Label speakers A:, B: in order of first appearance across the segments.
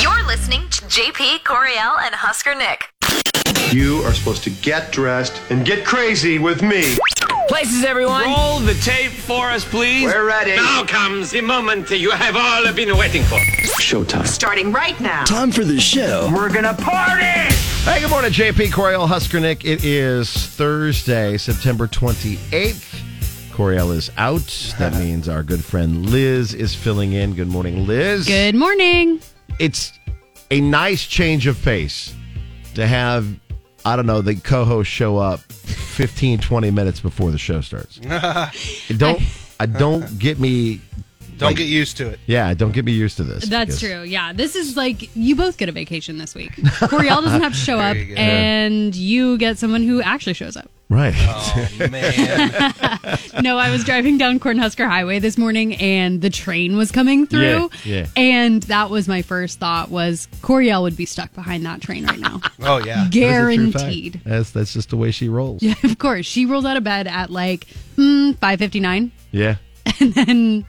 A: You're listening to JP Coriel and Husker Nick.
B: You are supposed to get dressed and get crazy with me.
C: Places, everyone.
D: Roll the tape for us, please.
B: We're ready.
E: Now comes the moment you have all been waiting for.
F: Showtime.
C: Starting right now.
F: Time for the show.
D: We're gonna party!
G: Hey, good morning, JP Coriel Huskernick. It is Thursday, September 28th. Coriel is out. That means our good friend Liz is filling in. Good morning, Liz.
H: Good morning.
G: It's a nice change of pace to have, I don't know, the co host show up 15, 20 minutes before the show starts. don't. I don't get me.
I: Don't get used to it.
G: Yeah, don't get me used to this. because-
H: That's true. Yeah. This is like you both get a vacation this week. Coriel doesn't have to show up, and you get someone who actually shows up.
G: Right.
H: Oh.
I: Oh, Man,
H: No, I was driving down Cornhusker Highway this morning, and the train was coming through.
G: Yeah, yeah.
H: And that was my first thought was Coriel would be stuck behind that train right now.
I: oh yeah.
G: That's a true fact.
H: Guaranteed.
G: That's, that's just the way she rolls.
H: Yeah, of course. She rolled out of bed at like mm, 5.59
G: yeah.
H: and then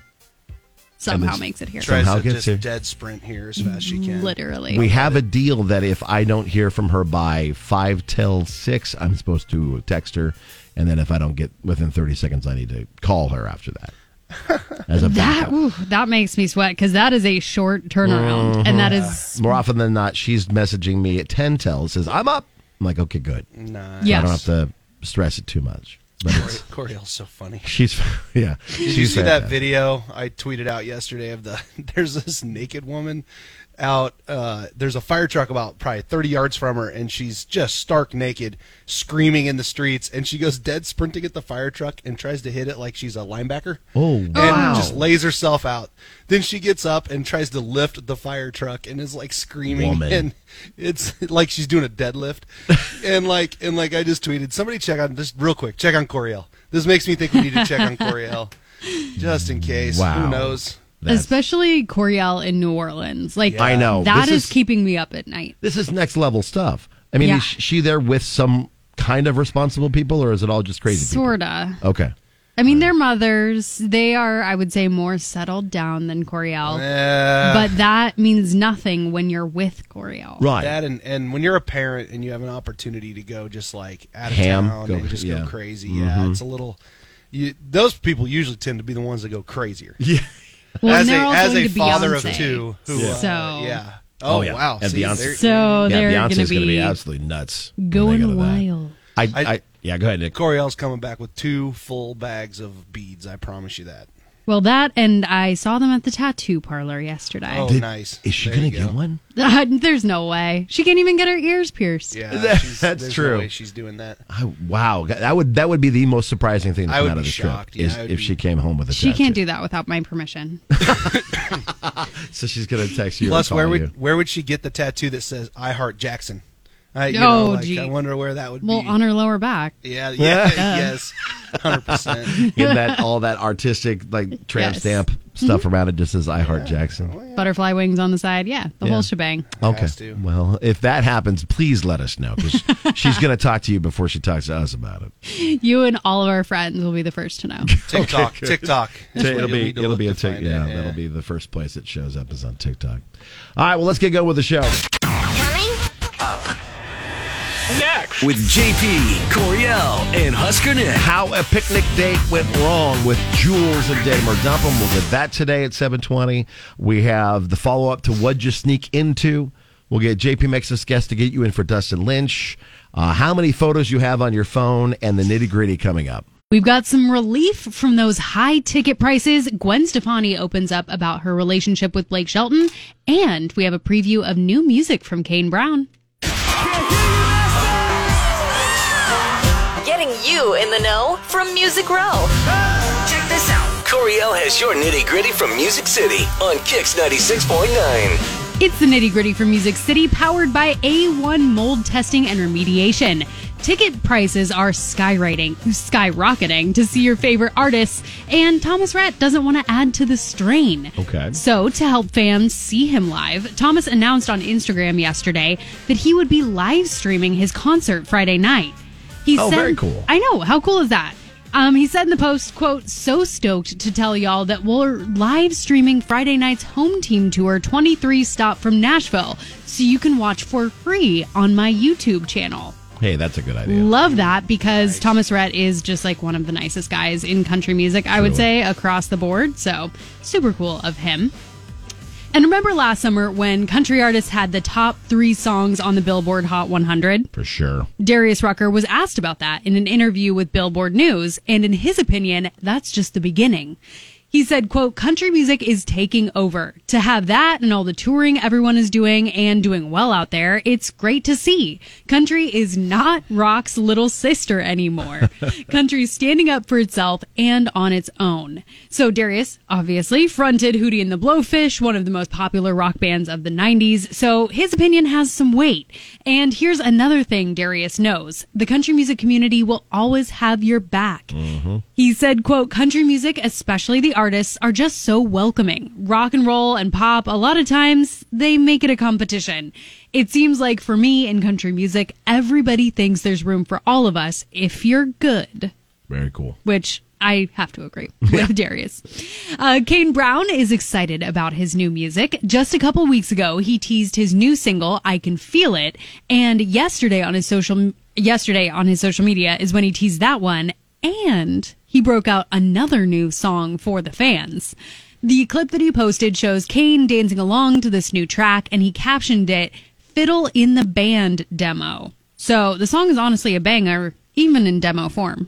H: somehow
G: it's-
H: makes it here.
I: Tries
G: Somehow
I: to
G: gets
I: just
G: here.
I: dead sprint here as fast as she can.
H: Literally.
G: We have a deal that if I don't hear from her by five till six, I'm supposed to text her, and then if I don't get within thirty seconds, I need to call her after that. As a
H: That
G: backup.
H: ooh, that makes me sweat because that is a short turnaround,
G: Mm-hmm.
H: and that is
G: more often than not, she's messaging me at ten till says I'm up. I'm like, okay, good.
I: Nah.
G: I don't have
H: yes.
G: to stress it too much. But
I: Cor-
G: it's,
I: Coriel's so funny.
G: she's yeah.
I: Did you see that video I tweeted out yesterday of the? There's this naked woman out. Uh, there's a fire truck about probably 30 yards from her, and she's just stark naked, screaming in the streets. And she goes dead sprinting at the fire truck and tries to hit it like she's a linebacker.
G: Oh,
I: and
G: wow.
I: just lays herself out. Then she gets up and tries to lift the fire truck and is like screaming.
G: Woman.
I: And it's like she's doing a deadlift. and like and like I just tweeted, somebody check on just real quick, check on Coriel. This makes me think we need to check on Coriel. Just in case.
G: Wow.
I: Who knows?
G: That's-
H: especially Coriel in New Orleans. Like
G: I know.
H: that
G: This
H: is,
G: is-
H: keeping me up at night.
G: This is next level stuff. I mean,
H: Yeah.
G: is she there with some kind of responsible people, or is it all just crazy? people?
H: Sorta.
G: Okay.
H: I mean, they're mothers. They are, I would say, more settled down than Coriel.
I: Uh,
H: but that means nothing when you're with Coriel.
G: Right.
I: That and, and when you're a parent and you have an opportunity to go just like out of
G: Ham,
I: town
G: go-
I: and just
G: yeah. Mm-hmm.
I: go crazy. Yeah. It's a little you, those people usually tend to be the ones that go crazier.
H: Well, and
I: as a,
H: they're all
I: as
H: going
I: a
H: to
I: father
H: Beyonce.
I: of two, who yeah.
H: So-
I: yeah. Oh,
G: Oh, yeah.
I: wow!
G: And
I: See,
G: Beyonce.
I: there-
H: So
G: Yeah,
H: Oh, they're
G: Beyonce's
H: going to
G: gonna
H: be,
G: absolutely nuts. when they go to
H: going
G: that.
H: wild.
G: I, I,
I: I-
G: yeah, go ahead, Nick.
I: Coriel's coming back with two full bags of beads. I promise you that.
H: Well, that and I saw them at the tattoo parlor yesterday.
I: Oh, nice.
G: Is she
I: There
G: gonna
I: you
G: get
I: go.
G: one?
H: There's no way she can't even get her ears pierced.
I: Yeah,
G: That-
I: she's,
G: that's
I: there's
G: true.
I: No way she's doing that.
G: I, wow, that would that would be the most surprising thing to
I: I
G: come
I: would
G: out of
I: be
G: this trip
I: shocked. Yeah,
G: is
I: I
G: if
I: would be-
G: she came home with a.
H: She
G: tattoo.
H: can't do that without my permission.
G: So she's gonna text you. or
I: Plus,
G: call
I: where would
G: you.
I: where would she get the tattoo that says "I heart Jackson"? I, you
H: Oh,
I: know, like,
H: gee.
I: I wonder where that would
H: Well,
I: be.
H: on her lower back.
I: yeah, yeah, yes, hundred percent.
G: get that all that artistic like tramp
H: Yes. Mm-hmm.
G: stamp stuff around it? Just says I heart Jackson.
H: Butterfly wings on the side. Yeah, the
G: Yeah.
H: whole shebang.
I: has
G: Okay.
I: to.
G: Well, if that happens, please let us know because she's gonna talk to you before she talks to us about it.
H: You and all of our friends will be the first to know.
I: TikTok, TikTok. is where
G: it'll
I: you'll
G: be
I: need to
G: it'll
I: look
G: be a
I: to find
G: tick.
I: it.
G: Yeah, that'll be the first place it shows up is on TikTok. All right, well, let's get going with the show.
A: Coming
F: With JP, Coriel, and Husker Nick.
G: How a picnic date went wrong with Jules and Denver Dumpum. We'll get that today at 720. We have the follow-up to What'd You Sneak Into? We'll get JP Mex's guest to get you in for Dustin Lynch. Uh, how many photos you have on your phone and the nitty-gritty coming up.
H: We've got some relief from those high ticket prices. Gwen Stefani opens up about her relationship with Blake Shelton, and we have a preview of new music from Kane Brown.
A: Getting you in the know from Music Row. Check this out.
F: Coriel has your nitty gritty from Music City on Kix 96.9.
H: It's the nitty gritty from Music City, powered by A1 mold testing and remediation. Ticket prices are skywriting, skyrocketing to see your favorite artists, and Thomas Rhett doesn't want to add to the strain.
G: Okay.
H: So, to help fans see him live, Thomas announced on Instagram yesterday that he would be live streaming his concert Friday night. He
G: Oh,
H: said,
G: very cool.
H: I know. How cool is that? Um, he said in the post, quote, so stoked to tell y'all that we're live streaming Friday night's home team tour 23 stop from Nashville, so you can watch for free on my YouTube channel.
G: Hey, that's a good idea.
H: Love that because Thomas Rhett is just like one of the nicest guys in country music, I would
G: Sure.
H: say, across the board. So super cool of him. And remember last summer when country artists had the top three songs on the Billboard Hot 100?
G: For sure.
H: Darius Rucker was asked about that in an interview with Billboard News, and in his opinion, that's just the beginning. He said, quote, country music is taking over. To have that and all the touring everyone is doing and doing well out there, it's great to see. Country is not rock's little sister anymore. Country's standing up for itself and on its own. So Darius obviously fronted Hootie and the Blowfish, one of the most popular rock bands of the 90s. So his opinion has some weight. And here's another thing Darius knows. The country music community will always have your back. He said, quote, country music, especially the artists, are just so welcoming. Rock and roll and pop, a lot of times they make it a competition. It seems like for me in country music, everybody thinks there's room for all of us if you're good
G: Very cool.
H: which I have to agree with Darius. Uh, Kane Brown is excited about his new music. Just a couple weeks ago, he teased his new single, "I Can Feel It," and yesterday on his social yesterday on his social media is when he teased that one, and he broke out another new song for the fans. The clip that he posted shows Kane dancing along to this new track, and he captioned it "Fiddle in the Band" demo. So the song is honestly a banger, even in demo form.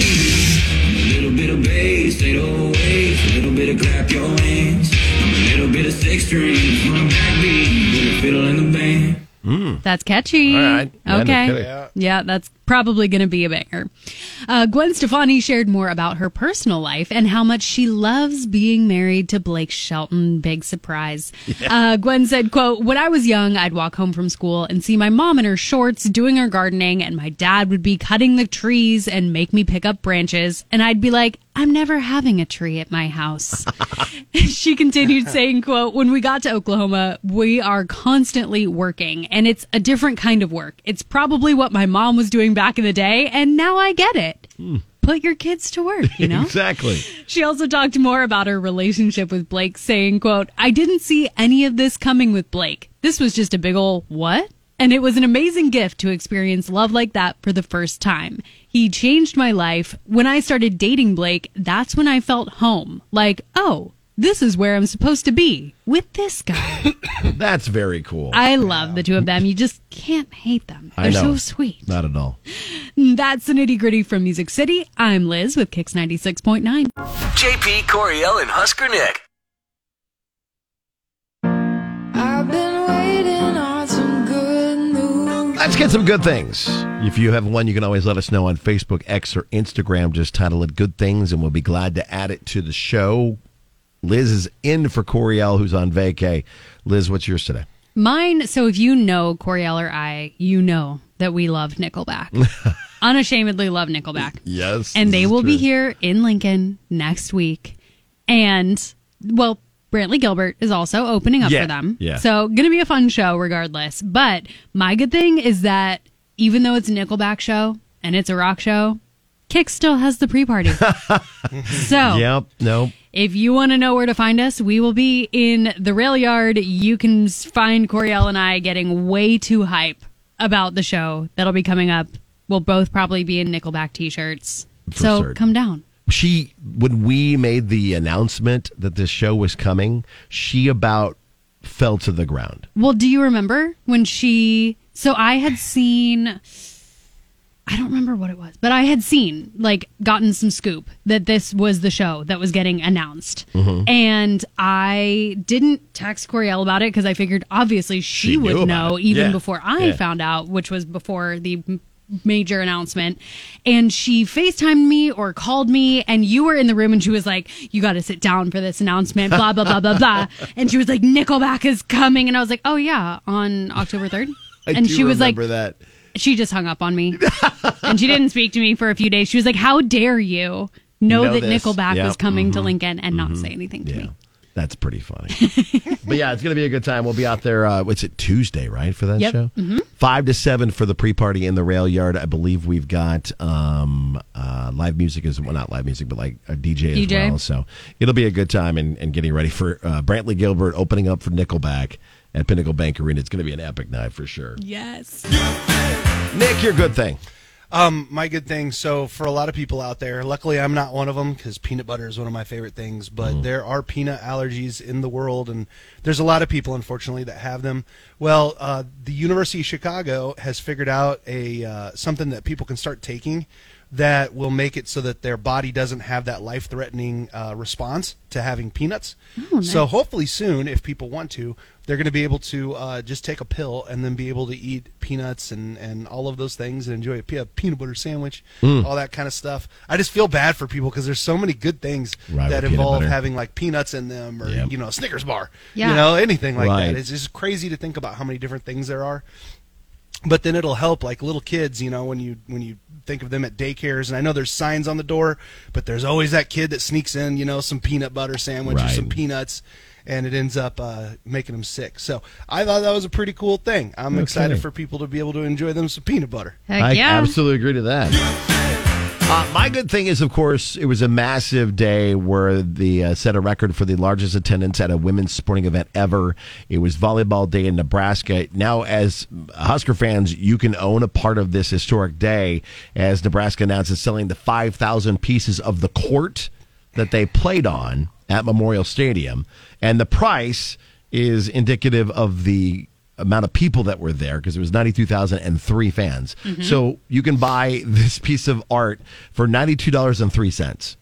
J: little bit of bass, they don't wait. A little bit of clap your hands. I'm a little bit of six strings from a backbeat with a fiddle in the band.
H: That's catchy.
G: All right. Yeah, no
H: Okay.
G: kidding.
H: yeah. that's probably going to be a banger. Uh, Gwen Stefani shared more about her personal life and how much she loves being married to Blake Shelton. Big surprise. Uh, Gwen said, quote, when I was young, I'd walk home from school and see my mom in her shorts doing her gardening and my dad would be cutting the trees and make me pick up branches. And I'd be like, I'm never having a tree at my house. she continued saying quote when we got to oklahoma we are constantly working and it's a different kind of work it's probably what my mom was doing back in the day and now i get it put your kids to work you know
G: Exactly.
H: she also talked more about her relationship with blake saying quote i didn't see any of this coming with blake this was just a big ol' what and it was an amazing gift to experience love like that for the first time he changed my life when i started dating blake that's when i felt home like oh this is where i'm supposed to be with this guy
G: That's very cool.
H: i love the two of them you just can't hate them
G: I
H: they're
G: know.
H: so sweet
G: Not at all.
H: that's the nitty gritty from music city i'm liz with kix 96.9
F: JP Coriel and Husker Nick.
G: Let's get some good things. If you have one, you can always let us know on Facebook, X, or Instagram. Just title it Good Things, and we'll be glad to add it to the show. Liz is in for Coriel, who's on vacay. Liz, what's yours today?
H: Mine, so if you know Coriel or I, you know that we love Nickelback. Unashamedly love Nickelback.
G: Yes.
H: And they will be here in Lincoln next week. And, well, Brantley Gilbert is also opening up
G: Yeah,
H: for them.
G: yeah.
H: So, going to be a fun show regardless. But my good thing is that even though it's a Nickelback show and it's a rock show, Kick still has the pre party. so,
G: Yep. No.
H: if you want to know where to find us, we will be in the rail yard. You can s- find Coriel and I getting way too hype about the show that'll be coming up. We'll both probably be in Nickelback t-shirts. so
G: certain.
H: come down.
G: She, when we made the announcement that this show was coming, she about fell to the ground.
H: Well, do you remember when she? So I had seen. I don't remember what it was, but I had seen, like, gotten some scoop that this was the show that was getting announced.
G: Mm-hmm.
H: And I didn't text Coriel about it because I figured obviously she,
G: She knew
H: would
G: about
H: know
G: it.
H: even
G: Yeah.
H: before I
G: Yeah.
H: found out, which was before the m- major announcement. And she FaceTimed me or called me, and you were in the room, and she was like, You got to sit down for this announcement, blah, blah, blah, blah, blah. And she was like, Nickelback is coming. And I was like, Oh, yeah, on October 3rd.
G: I
H: and
G: do
H: she was like,
G: remember that.
H: she just hung up on me and she didn't speak to me for a few days. She was like, How dare you? know,
G: Know
H: that
G: this.
H: Nickelback
G: Yep. Mm-hmm.
H: was coming to Lincoln and not say anything to me.
G: That's pretty funny. but yeah, it's going to be a good time. We'll be out there. Uh, what's it Tuesday, right? For that
H: Yep. Mm-hmm.
G: show, five to seven for the pre-party in the rail yard. I believe we've got um, uh, live music as well, not live music, but like a DJ,
H: DJ.
G: as well. So it'll be a good time and, and getting ready for uh, Brantley Gilbert opening up for Nickelback at Pinnacle Bank Arena. It's going to be an epic night for sure.
H: Yes.
G: Nick, your good thing.
I: Um, my good thing. So for a lot of people out there, luckily I'm not one of them because peanut butter is one of my favorite things. But
G: Mm.
I: there are peanut allergies in the world, and there's a lot of people, unfortunately, that have them. Well, uh, the University of Chicago has figured out a uh, something that people can start taking that will make it so that their body doesn't have that life-threatening uh, response to having peanuts. So hopefully soon, if people want to, they're going to be able to uh, just take a pill and then be able to eat peanuts and, and all of those things and enjoy a, pe- a peanut butter sandwich,
G: Mm.
I: all that kind of stuff. I just feel bad for people because there's so many good things
G: Right,
I: that
G: with peanut
I: involve
G: butter.
I: having like peanuts in them or
G: Yep.
I: you know a Snickers bar,
H: Yeah.
I: you know anything like
G: Right.
I: that. It's just crazy to think about how many different things there are but then it'll help like little kids you know when you when you think of them at daycares and i know there's signs on the door but there's always that kid that sneaks in you know some peanut butter sandwich or
G: Right.
I: some peanuts and it ends up uh, making them sick so i thought that was a pretty cool thing i'm excited
G: kidding.
I: for people to be able to enjoy them some peanut butter
H: Heck
G: I
H: yeah.
G: absolutely agree to that. Uh, my good thing is, of course, it was a massive day where the uh, set a record for the largest attendance at a women's sporting event ever. It was volleyball day in Nebraska. Now, as Husker fans, you can own a part of this historic day as Nebraska announces selling the 5,000 pieces of the court that they played on at Memorial Stadium, and the price is indicative of the amount of people that were there because it was 92,003 fans. So you can buy this piece of art for $92.03.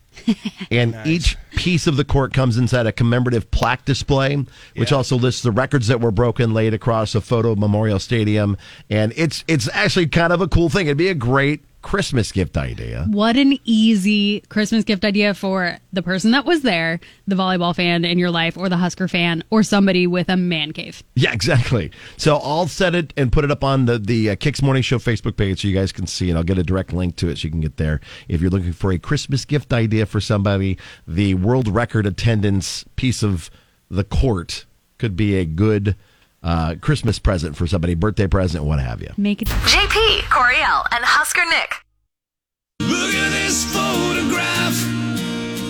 G: and each piece of the court comes inside a commemorative plaque display, which also lists the records that were broken laid across a photo of memorial stadium. And it's it's actually kind of a cool thing. It'd be a great Christmas gift idea.
H: What an easy Christmas gift idea for the person that was there, the volleyball fan in your life, or the Husker fan, or somebody with a man cave.
G: Yeah, exactly. So I'll set it and put it up on the the uh, Kicks Morning Show Facebook page so you guys can see, and I'll get a direct link to it so you can get there if you're looking for a Christmas gift idea for somebody. The world record attendance piece of the court could be a good uh, Christmas present for somebody, birthday present, what have you.
H: Make it.
A: JP, Coriel, and Husker Nick.
J: Look at this photograph.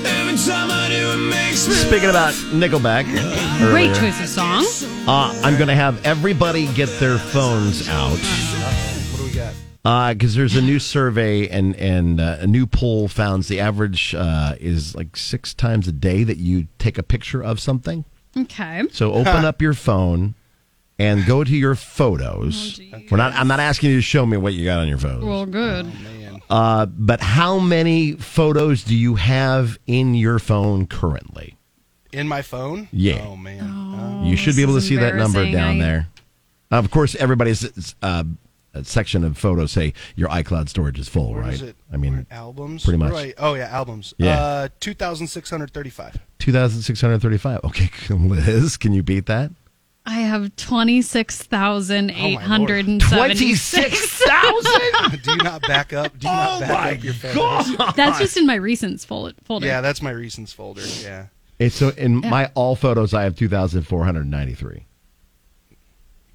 J: Every time I do, it makes me.
G: Speaking about Nickelback,
H: Great
G: earlier,
H: choice of song.
G: uh, I'm going to have everybody get their phones out.
I: what do we got
G: because there's a new survey and and uh, a new poll founds the average uh, is like six times a day that you take a picture of something.
H: Okay.
G: So open up your phone and go to your photos. We're not. I'm not asking you to show me what you got on your phone.
H: Well, good.
G: Uh, but how many photos do you have in your phone currently?
I: in my phone
G: Yeah.
I: oh man Uh,
G: you should be able to
H: Mm, this is
G: see that number down
H: embarrassing. I-
G: there. Of course, everybody's uh, section of photos say your iCloud storage is full,
I: where
G: right?
I: is it
G: I mean,
I: albums
G: pretty much.
I: Right. oh yeah albums
G: Yeah.
I: uh 2635
G: 2,635. Okay, Liz, can you beat that?
H: I have 26,876.
G: 26,000?
I: do you not back up do you not
H: Oh
I: back up your phone
H: That's just in my recents fol- folder.
I: yeah that's my recents folder yeah
G: It's so in my all photos, I have 2,493.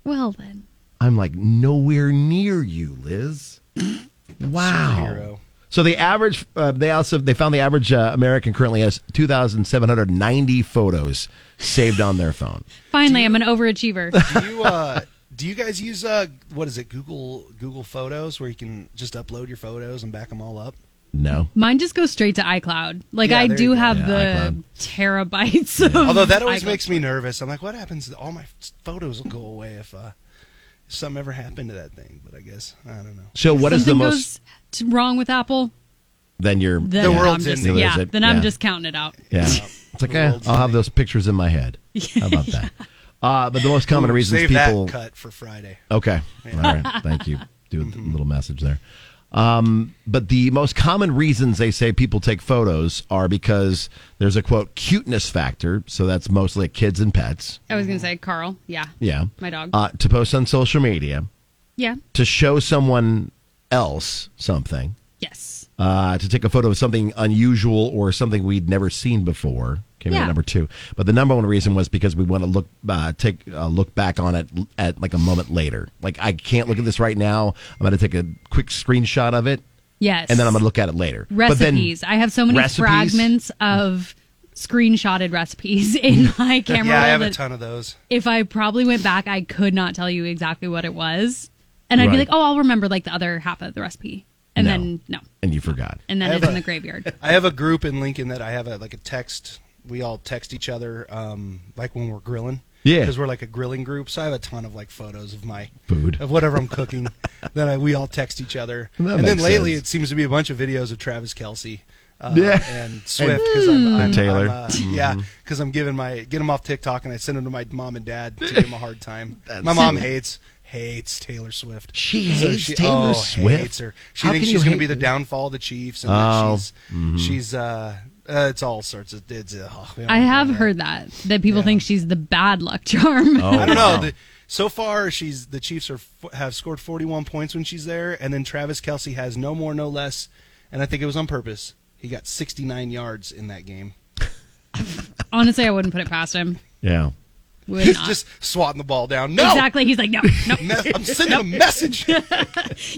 H: Well, then.
G: I'm like nowhere near you, Liz. Wow.
I: Zero.
G: So the average, uh, they also they found the average uh, American currently has 2,790 photos saved on their phone.
H: Finally, I'm an overachiever.
I: Do you uh do you guys use uh what is it Google Google Photos where you can just upload your photos and back them all up?
G: No,
H: Mine just goes straight to iCloud. Like
I: Yeah,
H: I
I: there
H: do
I: you go.
H: have
G: Yeah,
H: the terabytes of
I: Although that always
H: iCloud.
I: makes me nervous. I'm like, what happens? to- All my photos will go away if uh if something ever happened to that thing. But I guess I don't know.
G: So what is
H: Something
G: the
H: goes
G: most?
H: t- wrong with Apple,
G: Then you're
H: then
I: The
G: yeah,
I: world's
H: I'm just,
I: ending.
H: yeah,
G: Is it?
H: then I'm
G: Yeah.
H: just counting it out.
G: Yeah. It's like, eh,
I: world's
G: I'll have those pictures in my head. How about that? Uh, but the most common
I: Ooh,
G: reasons
I: Save
G: people.
I: that cut for Friday.
G: Okay. All right. Thank you. Do a
I: Mm-hmm.
G: little message there. Um, but the most common reasons they say people take photos are because there's a quote cuteness factor. So that's mostly kids and pets.
H: I was gonna say Carl. Yeah.
G: Yeah.
H: My dog.
G: Uh, to post on social media,
H: yeah.
G: to show someone else something,
H: Yes.
G: uh, to take a photo of something unusual or something we'd never seen before. Came in
H: Yeah.
G: at number two, but the number one reason was because we want to look uh, take a look back on it l- at like a moment later. Like I can't look at this right now. I'm going to take a quick screenshot of it,
H: Yes.
G: and then I'm going to look at it later. But then-
H: recipes. I have so many
G: Recipes?
H: fragments of screenshotted recipes in my camera.
I: Yeah, I
H: roll
I: have a
H: that
I: ton of those.
H: If I probably went back, I could not tell you exactly what it was, and I'd be
G: Right.
H: like, "Oh, I'll remember like the other half of the recipe," and
G: No.
H: then no,
G: and you forgot.
H: and then
I: I
H: it's
I: have
H: in
I: a-
H: the graveyard.
I: I have a group in Lincoln that I have a, like a text. We all text each other, um, like when we're grilling.
G: Yeah.
I: because we're like a grilling group. So I have a ton of like photos of my
G: Food.
I: of whatever I'm cooking. then I, we all text each other.
G: That
I: and then
G: makes
I: lately,
G: sense.
I: it seems to be a bunch of videos of Travis Kelsey. Uh,
G: Yeah.
I: and Swift because I'm, I'm, I'm,
G: Taylor. Mm-hmm.
I: uh, yeah, because I'm giving my get them off TikTok and I send them to my mom and dad to give them a hard time. my mom hates hates Taylor Swift.
G: She hates Taylor
I: oh,
G: Swift?
I: Hates her. She
G: How
I: thinks
G: can you
I: she's going
G: hate
I: to be the
G: her?
I: downfall of the Chiefs. And
G: Oh.
I: that she's she's uh, uh, it's all sorts of it's. Uh, we don't
H: I
I: wanna go
H: have
I: there.
H: heard that that people think she's the bad luck charm.
G: Oh,
I: I don't know.
G: wow.
I: The, so far, she's the Chiefs are f- have scored 41 points when she's there, and then Travis Kelsey has no more, no less, and I think it was on purpose. He got 69 yards in that game.
H: Honestly, I wouldn't put it past him.
G: yeah.
H: Would
I: He's
H: not.
I: just swatting the ball down. No,
H: Exactly. He's like, no, no,
I: Me- I'm sending a message.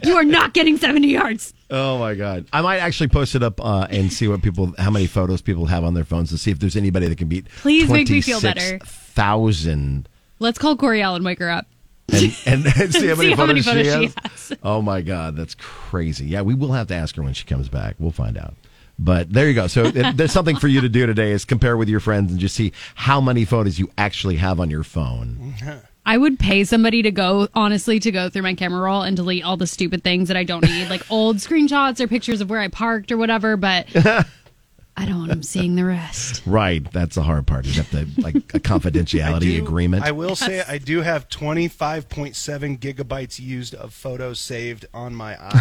H: you are not getting 70 yards.
G: Oh my god! I might actually post it up uh, and see what people, how many photos people have on their phones, to see if there's anybody that can beat.
H: Please make me feel better.
G: Thousand
H: Let's call Corey Allen, wake her up.
G: and, and, and see how many
H: See how many
G: photos, she,
H: photos
G: has.
H: she has.
G: Oh my God, that's crazy. Yeah, we will have to ask her when she comes back. We'll find out. But there you go. So it- there's something for you to do today is compare with your friends and just see how many photos you actually have on your phone.
H: I would pay somebody to go, honestly, to go through my camera roll and delete all the stupid things that I don't need, like old screenshots or pictures of where I parked or whatever, but I don't want them seeing the rest.
G: Right, that's the hard part. You have to like a confidentiality
I: do-
G: agreement.
I: I will say I do have 25.7 gigabytes used of photos saved on my uh,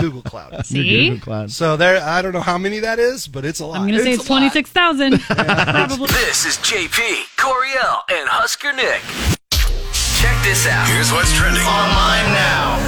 I: Google Cloud.
H: See?
G: Google Cloud.
I: So there, I don't know how many that is, but it's a lot.
H: I'm going to say it's
I: a lot.
H: 26,000. Probably.
F: This is JP, Coriel, and Husker Nick. Check this out. Here's what's trending online now.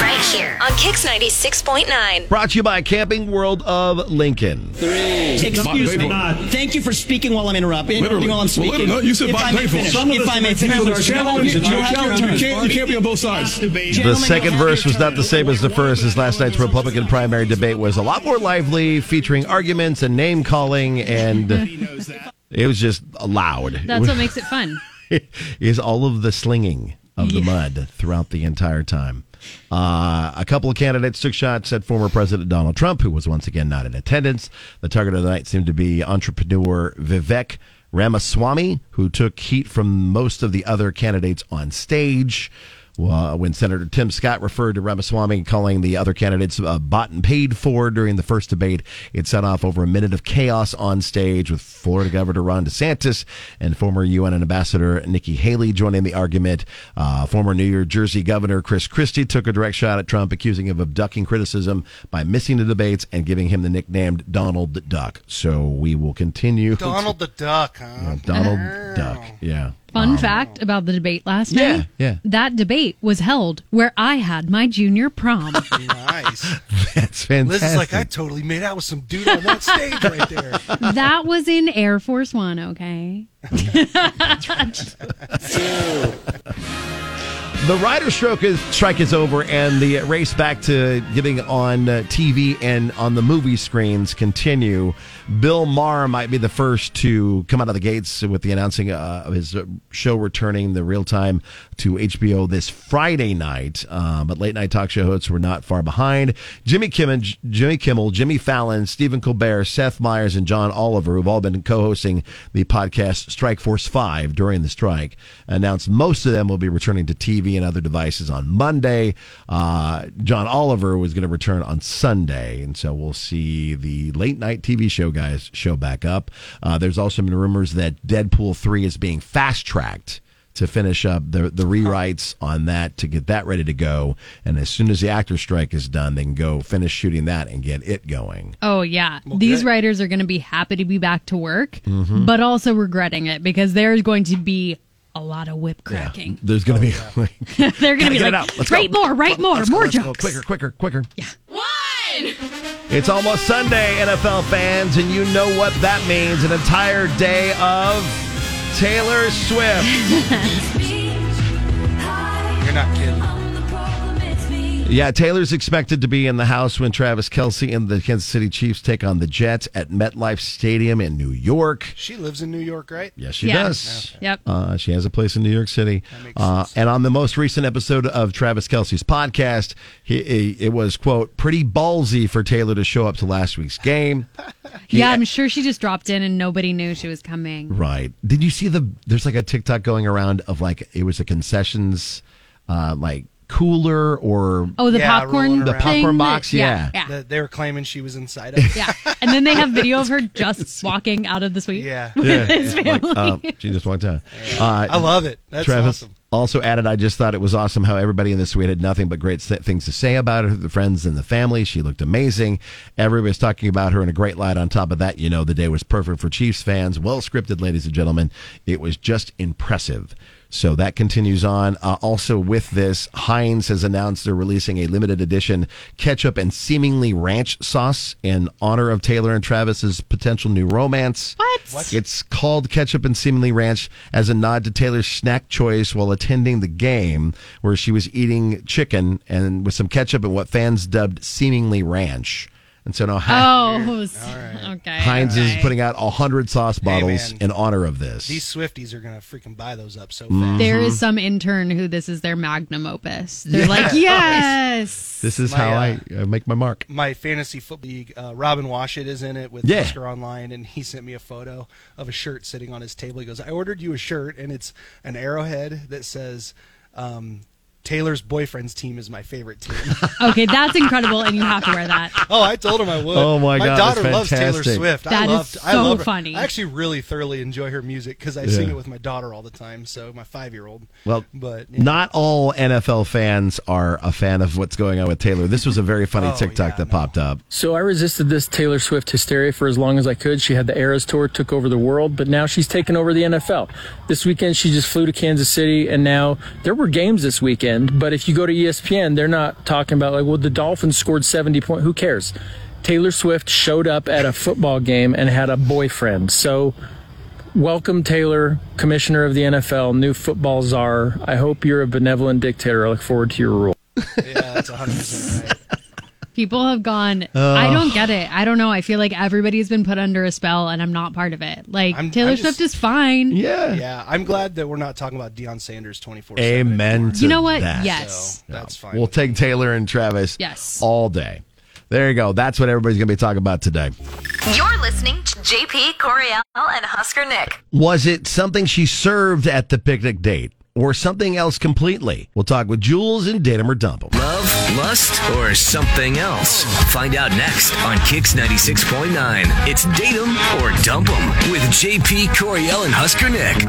A: Right here on Kix 96.9.
G: Brought to you by Camping World of Lincoln.
K: Excuse me. Uh, Thank you for speaking while I'm interrupting. While I'm speaking. you said if I may finish, if I may finish, you can't, be on both sides.
G: The second verse was not the same as the first, as last night's Republican primary debate was a lot more lively, featuring arguments and name calling, and it was just loud.
H: That's what makes it fun.
G: is all of the slinging of the
H: Yeah.
G: mud throughout the entire time. Uh, a couple of candidates took shots at former President Donald Trump, who was once again not in attendance. The target of the night seemed to be entrepreneur Vivek Ramaswamy, who took heat from most of the other candidates on stage. Uh, when Senator Tim Scott referred to Ramaswamy calling the other candidates uh, bought and paid for during the first debate, it set off over a minute of chaos on stage with Florida Governor Ron DeSantis and former UN Ambassador Nikki Haley joining the argument. Uh, former New Jersey Governor Chris Christie took a direct shot at Trump, accusing him of ducking criticism by missing the debates and giving him the nickname Donald Duck. So we will continue.
I: Donald the Duck, huh?
G: Donald Duck. Yeah.
H: Fun fact about the debate last
G: Yeah,
H: night.
G: yeah.
H: That debate was held where I had my junior prom.
I: Nice.
G: That's fantastic.
I: Liz is like, I totally made out with some dude on that stage right there.
H: that was in Air Force One, okay?
G: The rider stroke is, strike is over, and the race back to getting on uh, TV and on the movie screens continue. Bill Maher might be the first to come out of the gates with the announcing uh, of his uh, show returning the real time to HBO this Friday night. Uh, but late night talk show hosts were not far behind. Jimmy Kimmel, Jimmy Kimmel, Jimmy Fallon, Stephen Colbert, Seth Meyers, and John Oliver, who've all been co-hosting the podcast Strike Force Five during the strike, announced most of them will be returning to TV and other devices on Monday. Uh, John Oliver was going to return on Sunday, and so we'll see the late night TV show guys show back up. Uh, there's also been rumors that Deadpool Three is being fast tracked to finish up the the rewrites on that to get that ready to go. And as soon as the actor strike is done, they can go finish shooting that and get it going.
H: Oh yeah. These
G: Mm-hmm.
H: writers are going to be happy to be back to work, but also regretting it because there's going to be a lot of whip cracking.
G: There's going to be like,
H: They're going
G: Gotta
H: to be
G: get it
H: like,
G: out. Let's
H: write
G: go.
H: more, write more,
G: Let's go,
H: more
G: let's go.
H: jokes.
G: Quicker, quicker, quicker. Yeah. It's almost Sunday, NFL fans, and you know what that means an entire day of Taylor Swift.
I: You're not kidding.
G: yeah, Taylor's expected to be in the house when Travis Kelsey and the Kansas City Chiefs take on the Jets at MetLife Stadium in New York.
I: She lives in New York, right?
G: Yes, she
H: Yeah.
G: does.
H: Okay. Yep.
G: Uh, she has a place in New York City. Uh, and on the most recent episode of Travis Kelsey's podcast, he, he- it was, quote, pretty ballsy for Taylor to show up to last week's game.
H: yeah, I'm sure she just dropped in and nobody knew she was coming.
G: Right. Did you see the, there's like a TikTok going around of like, it was a concessions, uh, like cooler or.
H: Oh, the
I: Yeah,
H: popcorn,
I: rolling
G: The
I: around.
G: popcorn
H: thing
G: box,
H: that-
G: yeah.
H: yeah.
I: The- they were claiming she was inside of
H: Yeah, and then they have video of her just walking out of the suite.
I: Yeah.
H: with
G: Yeah.
H: his
G: Like,
H: family.
G: uh, she just walked out. Uh,
I: I love it. That's
G: Travis
I: awesome.
G: also added, I just thought it was awesome how everybody in the suite had nothing but great th- things to say about her, the friends and the family. She looked amazing. Everybody was talking about her in a great light. On top of that, you know, the day was perfect for Chiefs fans. Well scripted, ladies and gentlemen. It was just impressive. So that continues on. Uh, also, with this, Heinz has announced they're releasing a limited edition ketchup and seemingly ranch sauce in honor of Taylor and Travis's potential new romance.
H: What?
G: It's called Ketchup and Seemingly Ranch as a nod to Taylor's snack choice while attending the game, where she was eating chicken and with some ketchup and what fans dubbed Seemingly Ranch. And so now Hi-
H: Oh, s- okay.
G: Heinz
H: all
G: is
H: right.
G: putting out a hundred sauce bottles
I: man.
G: in honor of this.
I: These Swifties are gonna freaking buy those up so
G: Mm.
I: fast.
H: There
G: Mm-hmm.
H: is some intern who this is their magnum opus. They're like, yes.
G: this is
I: My,
G: how I,
I: uh,
G: I make my mark.
I: My fantasy football league, uh, Robin Washit is in it with
G: Yeah.
I: Oscar online, and he sent me a photo of a shirt sitting on his table. He goes, "I ordered you a shirt, and it's an arrowhead that says." Um, Taylor's boyfriend's team is my favorite team.
H: Okay, that's incredible, and you have to wear that.
I: oh, I told him I would.
G: Oh, my God, that's
I: daughter loves Taylor
G: fantastic.
I: Swift. I
H: That is
I: loved, I
H: so
I: love her.
H: funny.
I: I actually really thoroughly enjoy her music because I sing it with my daughter all the time. So my five year old.
G: Well,
I: but yeah.
G: not all NFL fans are a fan of what's going on with Taylor. This was a very
I: Oh,
G: funny TikTok that popped up.
L: So I resisted this Taylor Swift hysteria for as long as I could. She had the Eras Tour, took over the world, but now she's taken over the NFL. This weekend, she just flew to Kansas City, and now there were games this weekend. But if you go to E ESPN, they're not talking about like, well, the Dolphins scored 70 points. Who cares? Taylor Swift showed up at a football game and had a boyfriend. So welcome, Taylor, commissioner of the NFL, new football czar. I hope you're a benevolent dictator. I look forward to your rule.
I: yeah, that's 100% right.
H: People have gone, I don't get it. I don't know. I feel like everybody's been put under a spell, and I'm not part of it. Like,
I: I'm-
H: Taylor
I: I'm
H: Swift
I: just-
H: is fine.
G: Yeah.
I: Yeah, I'm glad that we're not talking about Deion Sanders 24
G: Amen. to
H: You know what?
G: that.
H: Yes.
I: That's fine.
G: We'll take Taylor and Travis
H: Yes.
G: all day. There you go. That's what everybody's going to be talking about today.
A: You're listening to JP Coriel and Husker Nick.
G: Was it something she served at the picnic date or something else completely? We'll talk with Jules and Datum or Dump 'Em.
F: Love, lust, or something else? Find out next on Kix 96.9. It's Date 'em or Dump 'em with JP Coriel and Husker Nick.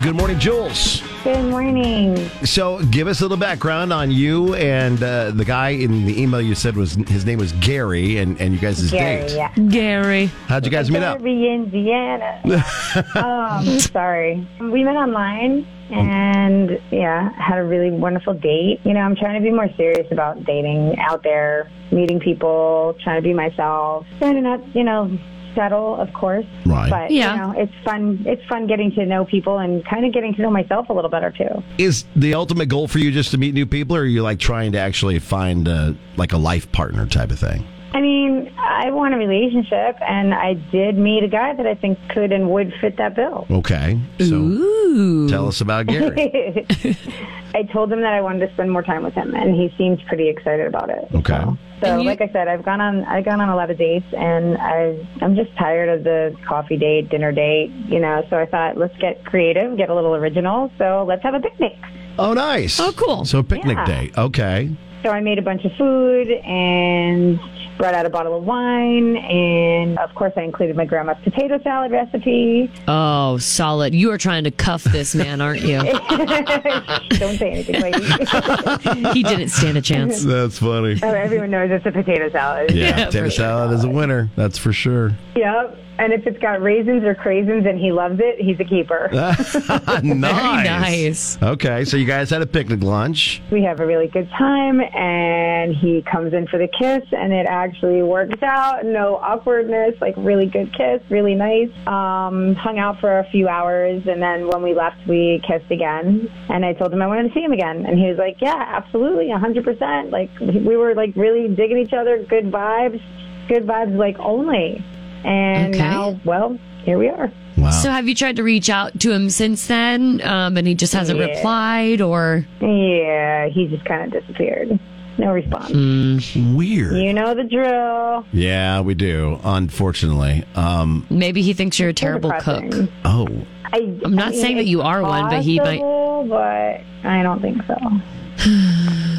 G: Good morning, Jules.
M: Good morning.
G: So, give us a little background on you and uh, the guy in the email you said was his name was Gary, and and you guys'
M: Gary,
G: date.
M: yeah.
H: Gary.
G: How'd you guys meet up?
M: Derby, Indiana. um, sorry. We met online and yeah, had a really wonderful date. You know, I'm trying to be more serious about dating out there, meeting people, trying to be myself, trying to not, you know, settle, of course.
G: Right.
M: But
H: Yeah.
M: you know, it's fun it's fun getting to know people and kind of getting to know myself a little better too.
G: Is the ultimate goal for you just to meet new people, or are you like trying to actually find a, like a life partner type of thing?
M: I mean, I want a relationship and I did meet a guy that I think could and would fit that bill.
G: Okay. So tell us about Gary.
M: I told him that I wanted to spend more time with him, and he seemed pretty excited about it.
G: Okay.
M: So, so like I said, I've gone on I've gone on a lot of dates, and I I'm just tired of the coffee date, dinner date, you know. So I thought, let's get creative, get a little original. So let's have a picnic.
G: Oh, nice.
H: Oh, cool.
G: So picnic
M: Yeah.
G: date. Okay.
M: So I made a bunch of food and brought out a bottle of wine, and of course, I included my grandma's potato salad recipe.
N: Oh, solid. You are trying to cuff this man, aren't you?
M: Don't say anything, lady.
N: he didn't stand a chance.
G: That's funny.
M: Oh, everyone knows it's a potato salad.
G: Yeah, potato salad is a winner. That's for sure.
M: Yep. And if it's got raisins or craisins and he loves it, he's a keeper.
G: nice.
N: nice.
G: Okay, so you guys had a picnic lunch.
M: we have a really good time, and he comes in for the kiss, and it actually works out. No awkwardness, like really good kiss, really nice. Um, hung out for a few hours, and then when we left, we kissed again. And I told him I wanted to see him again, and he was like, "Yeah, absolutely, a 100%." Like we were like really digging each other, good vibes, good vibes like only. And now, well, here we are.
N: So, have you tried to reach out to him since then? Um, and he just hasn't
M: Yeah.
N: replied, or
M: yeah, he just kind of disappeared. No response.
N: Hmm.
G: Weird.
M: You know the drill.
G: Yeah, we do. Unfortunately, um,
N: maybe he thinks you're a terrible cook.
M: depressing.
G: oh,
M: I,
N: I'm not saying that you
M: it's
N: are one, but he might-
M: possible, But I don't think so.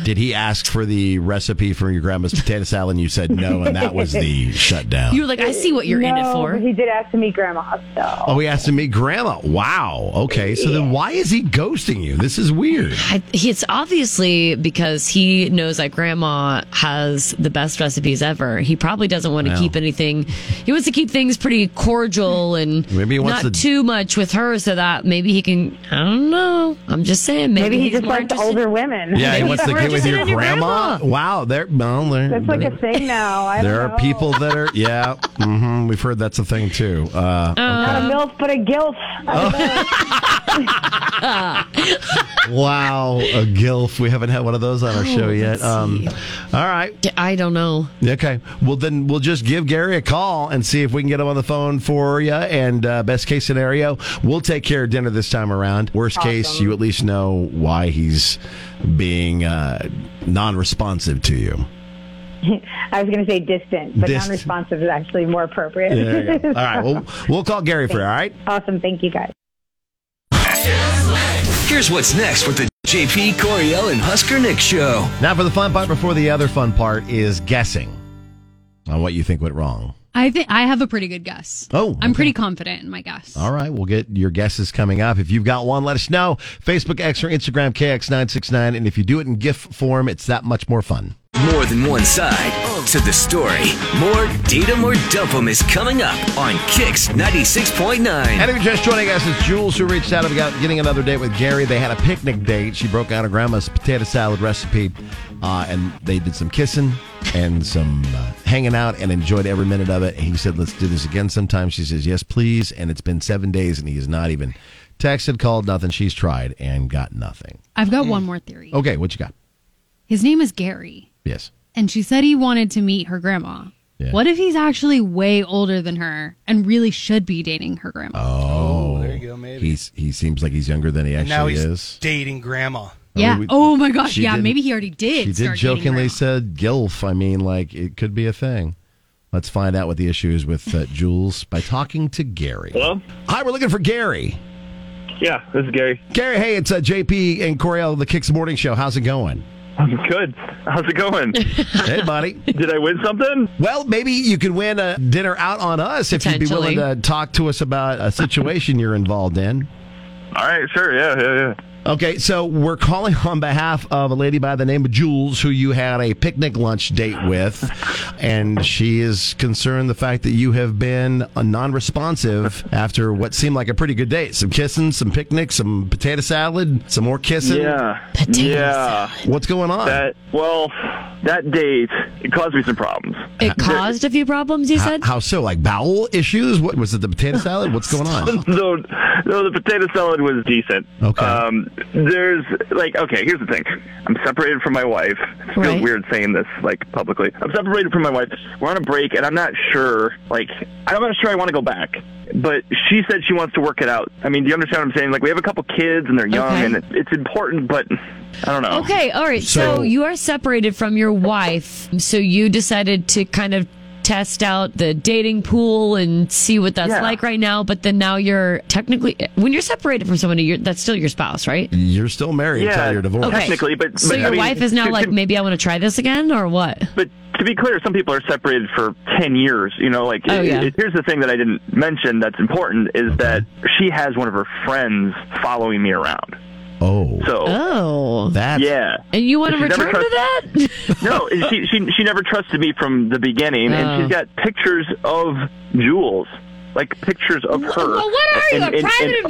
G: did he ask for the recipe for your grandma's potato salad? and You said no, and that was the shutdown.
N: You were like, I see what you're in it
M: No,
N: for.
M: but He did ask to meet grandma, so
G: Oh, he asked to meet grandma. Wow. Okay. So then why is he ghosting you? This is weird.
N: I, he- it's obviously because he knows that grandma has the best recipes ever. He probably doesn't want to
G: Wow.
N: keep anything. He wants to keep things pretty cordial and
G: Maybe he wants
N: not
G: to-
N: too much with her so that maybe he can. I don't know. I'm just saying. Maybe,
M: maybe he
N: he's
M: just
N: more
M: likes older women.
G: Yeah, he
M: Maybe
G: wants
M: he's
G: to
M: more
G: get with
M: interested
G: your
M: in
G: grandma. Wow, there, well, there,
M: That's like a thing now. I
G: there
M: don't
G: are people that are. Yeah, hmm we've heard that's a thing too. Uh,
M: know. Not
N: Um,
M: a milf, but a gilf.
G: Oh. wow, a gilf. We haven't had one of those on our
N: Oh,
G: show yet.
N: let's
G: Um,
N: see.
G: all right.
N: I don't know.
G: Okay. Well, then we'll just give Gary a call and see if we can get him on the phone for you. And uh, best case scenario, we'll take care of dinner this time around. Worst case, you at least know why he's being uh, non-responsive to you.
M: I was going to say distant, but
G: Dist-
M: non-responsive is actually more appropriate.
G: Yeah, there you go. All right. Well, we'll call Gary for you. All right.
M: awesome. Thank you, guys.
F: Here's what's next with the JP Coriel and Husker Nick show.
G: Now for the fun part before the other fun part is guessing on what you think went wrong.
H: I think I have a pretty good guess.
G: Oh,
H: I'm pretty confident in my guess.
G: All right, we'll get your guesses coming up. If you've got one, let us know. Facebook X or Instagram KX969. And if you do it in GIF form, it's that much more fun.
F: More than one side to the story. More date 'em or dump 'em is coming up on Kicks 96.9.
G: And if you're just joining us, it's Jules who reached out about getting another date with Gary. They had a picnic date. She broke out her grandma's potato salad recipe, uh, and they did some kissing and some uh, hanging out and enjoyed every minute of it. He said, "Let's do this again sometime." She says, "Yes, please." And it's been seven days, and he has not even texted, called, nothing. She's tried and got nothing.
H: I've
M: Mm.
H: got one more theory.
G: Okay, what you got?
H: His name is Gary,
G: Yes.
H: and she said he wanted to meet her grandma.
G: Yeah.
H: What if he's actually way older than her and really should be dating her grandma?
G: Oh,
I: there you go, maybe.
G: He's he seems like he's younger than he
I: And now
G: actually
I: he's
G: is.
I: dating grandma.
H: yeah.
G: I mean, we-
H: oh my gosh.
G: she
H: Yeah.
G: didn't-
H: Maybe he already did.
G: She did
H: start dating
G: jokingly
H: grandma.
G: said "gilf." I mean, like it could be a thing. Let's find out what the issue is with uh, Jules by talking to Gary. Hello. Hi, we're looking for Gary.
O: Yeah, this is Gary.
G: Gary, hey, it's uh, JP and Coriel, the Kicks Morning Show. How's it going?
O: I'm good. How's it going?
G: hey, buddy.
O: Did I win something?
G: Well, maybe you could win a dinner out on us if you'd be willing to talk to us about a situation you're involved in.
O: All right, sure. Yeah, yeah, yeah.
G: Okay, so we're calling on behalf of a lady by the name of Jules, who you had a picnic lunch date with, and she is concerned the fact that you have been uh, non-responsive after what seemed like a pretty good date: some kissing, some picnic, some potato salad, some more kissing.
O: Yeah. yeah.
G: What's going on?
O: That well, that date it caused me some problems.
N: It caused a few problems, you
G: How,
N: said?
G: how so? Like bowel issues? What was it? The potato salad? What's going on?
O: No, no, the potato salad was decent.
G: Okay.
O: Um, there's like, okay, here's the thing. I'm separated from my wife. It feels
P: Right.
O: weird saying this like publicly. I'm separated from my wife. We're on a break, and I'm not sure. Like, I'm not sure I want to go back. But she said she wants to work it out. I mean, do you understand what I'm saying? Like, we have a couple kids, and they're young, and it, it's important, but I don't know.
N: Okay, all right. So,
O: So-
N: you are separated from your wife, so you decided to kind of test out the dating pool and see what that's
O: Yeah.
N: like right now. But then now you're technically, when you're separated from somebody, you're, that's still your spouse, right?
G: You're still married until you're divorced.
N: Okay. so your wife is now like, maybe I want to try this again, or what?
O: But to be clear, some people are separated for 10 years. You know, like,
N: Oh, yeah.
O: it- here's the thing that I didn't mention that's important is that she has one of her friends following me around.
G: Oh.
O: So.
N: Oh.
G: That.
O: Yeah.
N: And you want to
O: She never
N: return to
O: trust-
N: that?
O: no, she, she she never trusted me from the beginning,
N: Oh.
O: and she's got pictures of Jules, like pictures of her.
N: well, what are
O: and,
N: you, a
O: and- and
N: private
O: us hanging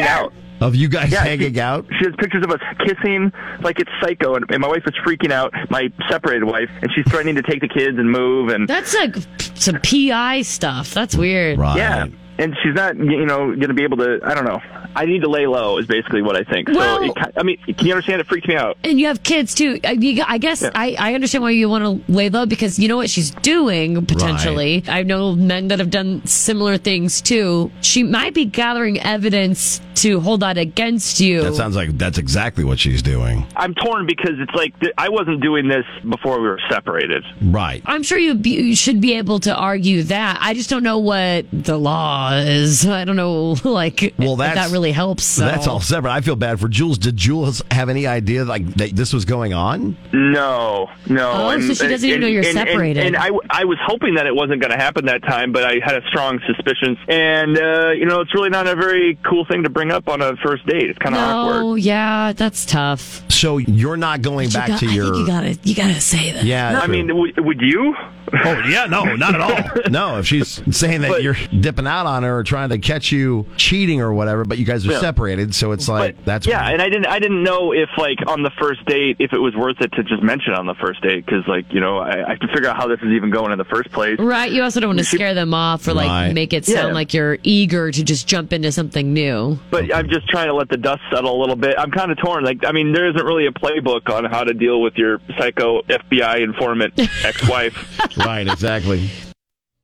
N: investigator?
O: out.
G: Of you guys
O: Yeah,
G: hanging out?
O: She has pictures of us kissing like it's psycho, and, and my wife is freaking out. My separated wife, and she's threatening to take the kids and move, and
N: That's like some PI stuff. That's weird.
O: yeah. And she's not, you know, going to be able to. I don't know. I need to lay low is basically what I think.
N: Well-
O: so, it, ki- I mean, can you understand? It freaks me out.
N: And you have kids too. I, you- I guess
O: Yeah.
N: I, I understand why you want to lay low because you know what she's doing potentially. I know men that have done similar things too. She might be gathering evidence to hold that against you.
G: That sounds like that's exactly what she's doing.
O: I'm torn because it's like th- I wasn't doing this before we were separated.
G: Right.
N: I'm sure you, be, you should be able to argue that. I just don't know what the law is. I don't know, like,
G: Well,
N: if
G: that's-
N: that really helps. So.
G: That's all separate. I feel bad for Jules. Did Jules have any idea like that this was going on?
O: No, no.
N: Oh, so she doesn't even know you're separated.
O: And, I, w- I was hoping that it wasn't going to happen that time, but I had a strong suspicion. And uh, you know, it's really not a very cool thing to bring up on a first date. It's kind of awkward.
N: No, yeah, that's tough.
G: So you're not going
N: You
G: back
N: got-
G: to
N: I
G: your.
N: think you gotta, you gotta say that.
G: Yeah,
O: I mean, w- would you?
G: Oh yeah, no, not at all. no, if she's saying that you're dipping out on her or trying to catch you cheating or whatever, but you guys are
O: Yeah.
G: separated, so it's like that's
O: yeah, and I didn't. I didn't know if, like, on the first date, if it was worth it to just mention on the first date because, like, you know, I, I have to figure out how this is even going in the first place.
H: Mm-hmm.
N: Right. You also don't want to scare them off or like
O: Right.
N: make it sound
O: Yeah.
N: like you're eager to just jump into something new.
O: But I'm just trying to let the dust settle a little bit. I'm kind of torn. Like, I mean, there isn't really a playbook on how to deal with your psycho FBI informant ex-wife.
G: right, exactly.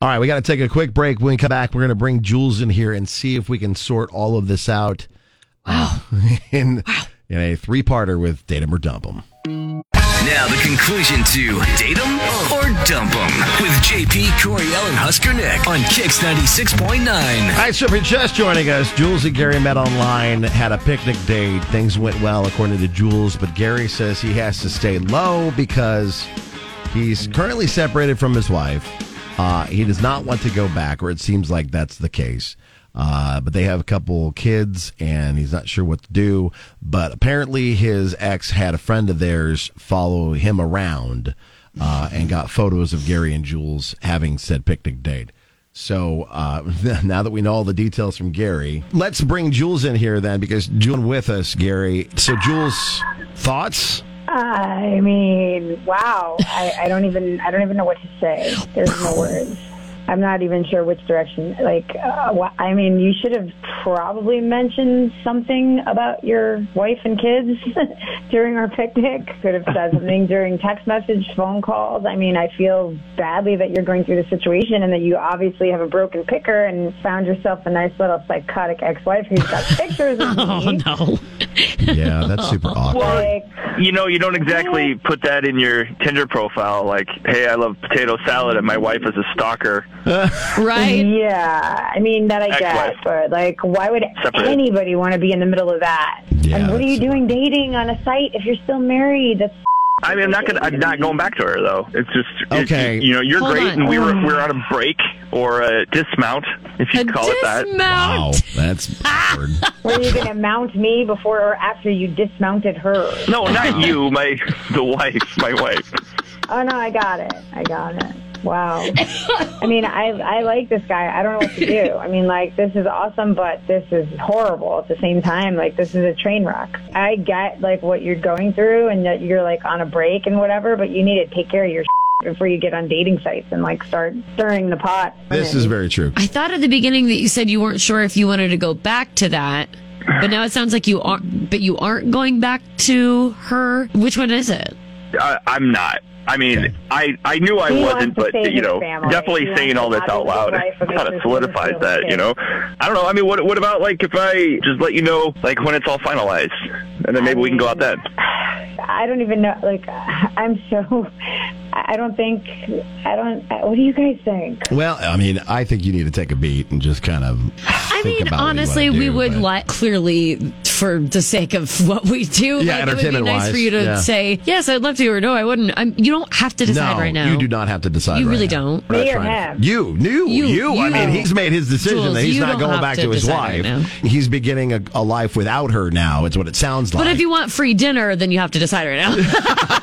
G: All right, we got to take a quick break. When we come back, we're going to bring Jules in here and see if we can sort all of this out. Wow. in in a three parter with Datum or Dump 'em.
F: Now the conclusion to date 'em or dump 'em with JP Coriel and Husker Nick on Kix ninety six point nine.
G: All right, so if you're just joining us, Jules and Gary met online, had a picnic date. Things went well according to Jules, but Gary says he has to stay low because he's currently separated from his wife. Uh, he does not want to go back, or it seems like that's the case. Uh, but they have a couple kids, and he's not sure what to do. But apparently, his ex had a friend of theirs follow him around uh, and got photos of Gary and Jules having said picnic date. So uh, now that we know all the details from Gary, let's bring Jules in here then because Jules with us, Gary. So Jules, thoughts?
M: I mean, wow. I, I don't even I don't even know what to say. There's no words. I'm not even sure which direction. Like, uh, wh- I mean, you should have probably mentioned something about your wife and kids during our picnic. Could have said something during text message, phone calls. I mean, I feel badly that you're going through the situation and that you obviously have a broken picker and found yourself a nice little psychotic ex-wife who's got pictures of
N: Oh
M: me.
N: no.
G: Yeah, that's super awkward.
M: Like,
O: You know, you don't
M: Eh.
O: exactly put that in your Tinder profile. Like, hey, I love potato salad, and my wife is a stalker.
N: Right?
M: Yeah. I mean, that I
O: Ex-wife.
M: guess. But, like, why would
O: Separate.
M: anybody want to be in the middle of that? and what are you doing dating on a site if you're still married? That's
O: I mean, I'm not gonna. I'm not going back to her though. It's just it's-
G: Okay.
O: you know, you're
M: Hold
O: great,
M: on.
O: and we were we were on a break or a dismount, if you call it that.
G: Wow, that's awkward.
M: were you going to mount me before or after you dismounted her?
O: No, not you. My the wife. My wife.
M: Oh, no, I got it. I got it. Wow. I mean, I I like this guy. I don't know what to do. I mean, like this is awesome, but this is horrible at the same time. Like this is a train wreck. I get like what you're going through and that you're like on a break and whatever, but you need to take care of your before you get on dating sites and like start stirring the pot.
G: This is very true.
N: I thought at the beginning that you said you weren't sure if you wanted to go back to that. But now it sounds like you are but you aren't going back to her. Which one is it?
O: I, I'm not. I mean, I I knew I
M: He
O: wasn't,
M: wants to
O: but
M: save
O: you
M: his
O: know,
M: family. He
O: definitely
M: wants
O: saying all
M: to
O: this
M: have
O: out
M: his
O: loud
M: life and
O: kind
M: his
O: of solidifies
M: sister's
O: that. You know, I don't know. I mean, what what about like if I just let you know like when it's all finalized, and then maybe we can go out then.
M: I don't even know. Like, I'm so I I don't think I don't. I- What do you guys think?
G: Well, I mean, I think you need to take a beat and just kind of.
N: I mean, honestly, we would like clearly, for the sake of what we
G: Yeah,
N: do, like, it would be nice
G: entertainment-wise,
N: for you to
G: yeah.
N: say yes, I'd love to, or no, I wouldn't. I'm, you don't have to decide
G: no,
N: right now.
G: You do not have to decide.
N: You
G: right
N: really
G: now.
N: don't.
G: We're not
N: Me or
G: trying to-
N: him?
G: You, you,
N: You-
G: you, I
N: you.
G: mean, he's made his decision
N: Jules,
G: that he's
N: you
G: not
N: don't
G: going
N: have
G: back
N: to
G: to, his
N: decide
G: wife.
N: right
G: he's beginning a, a life without her now. It's what it sounds
N: But
G: like.
N: if you want free dinner, then you have to decide right now.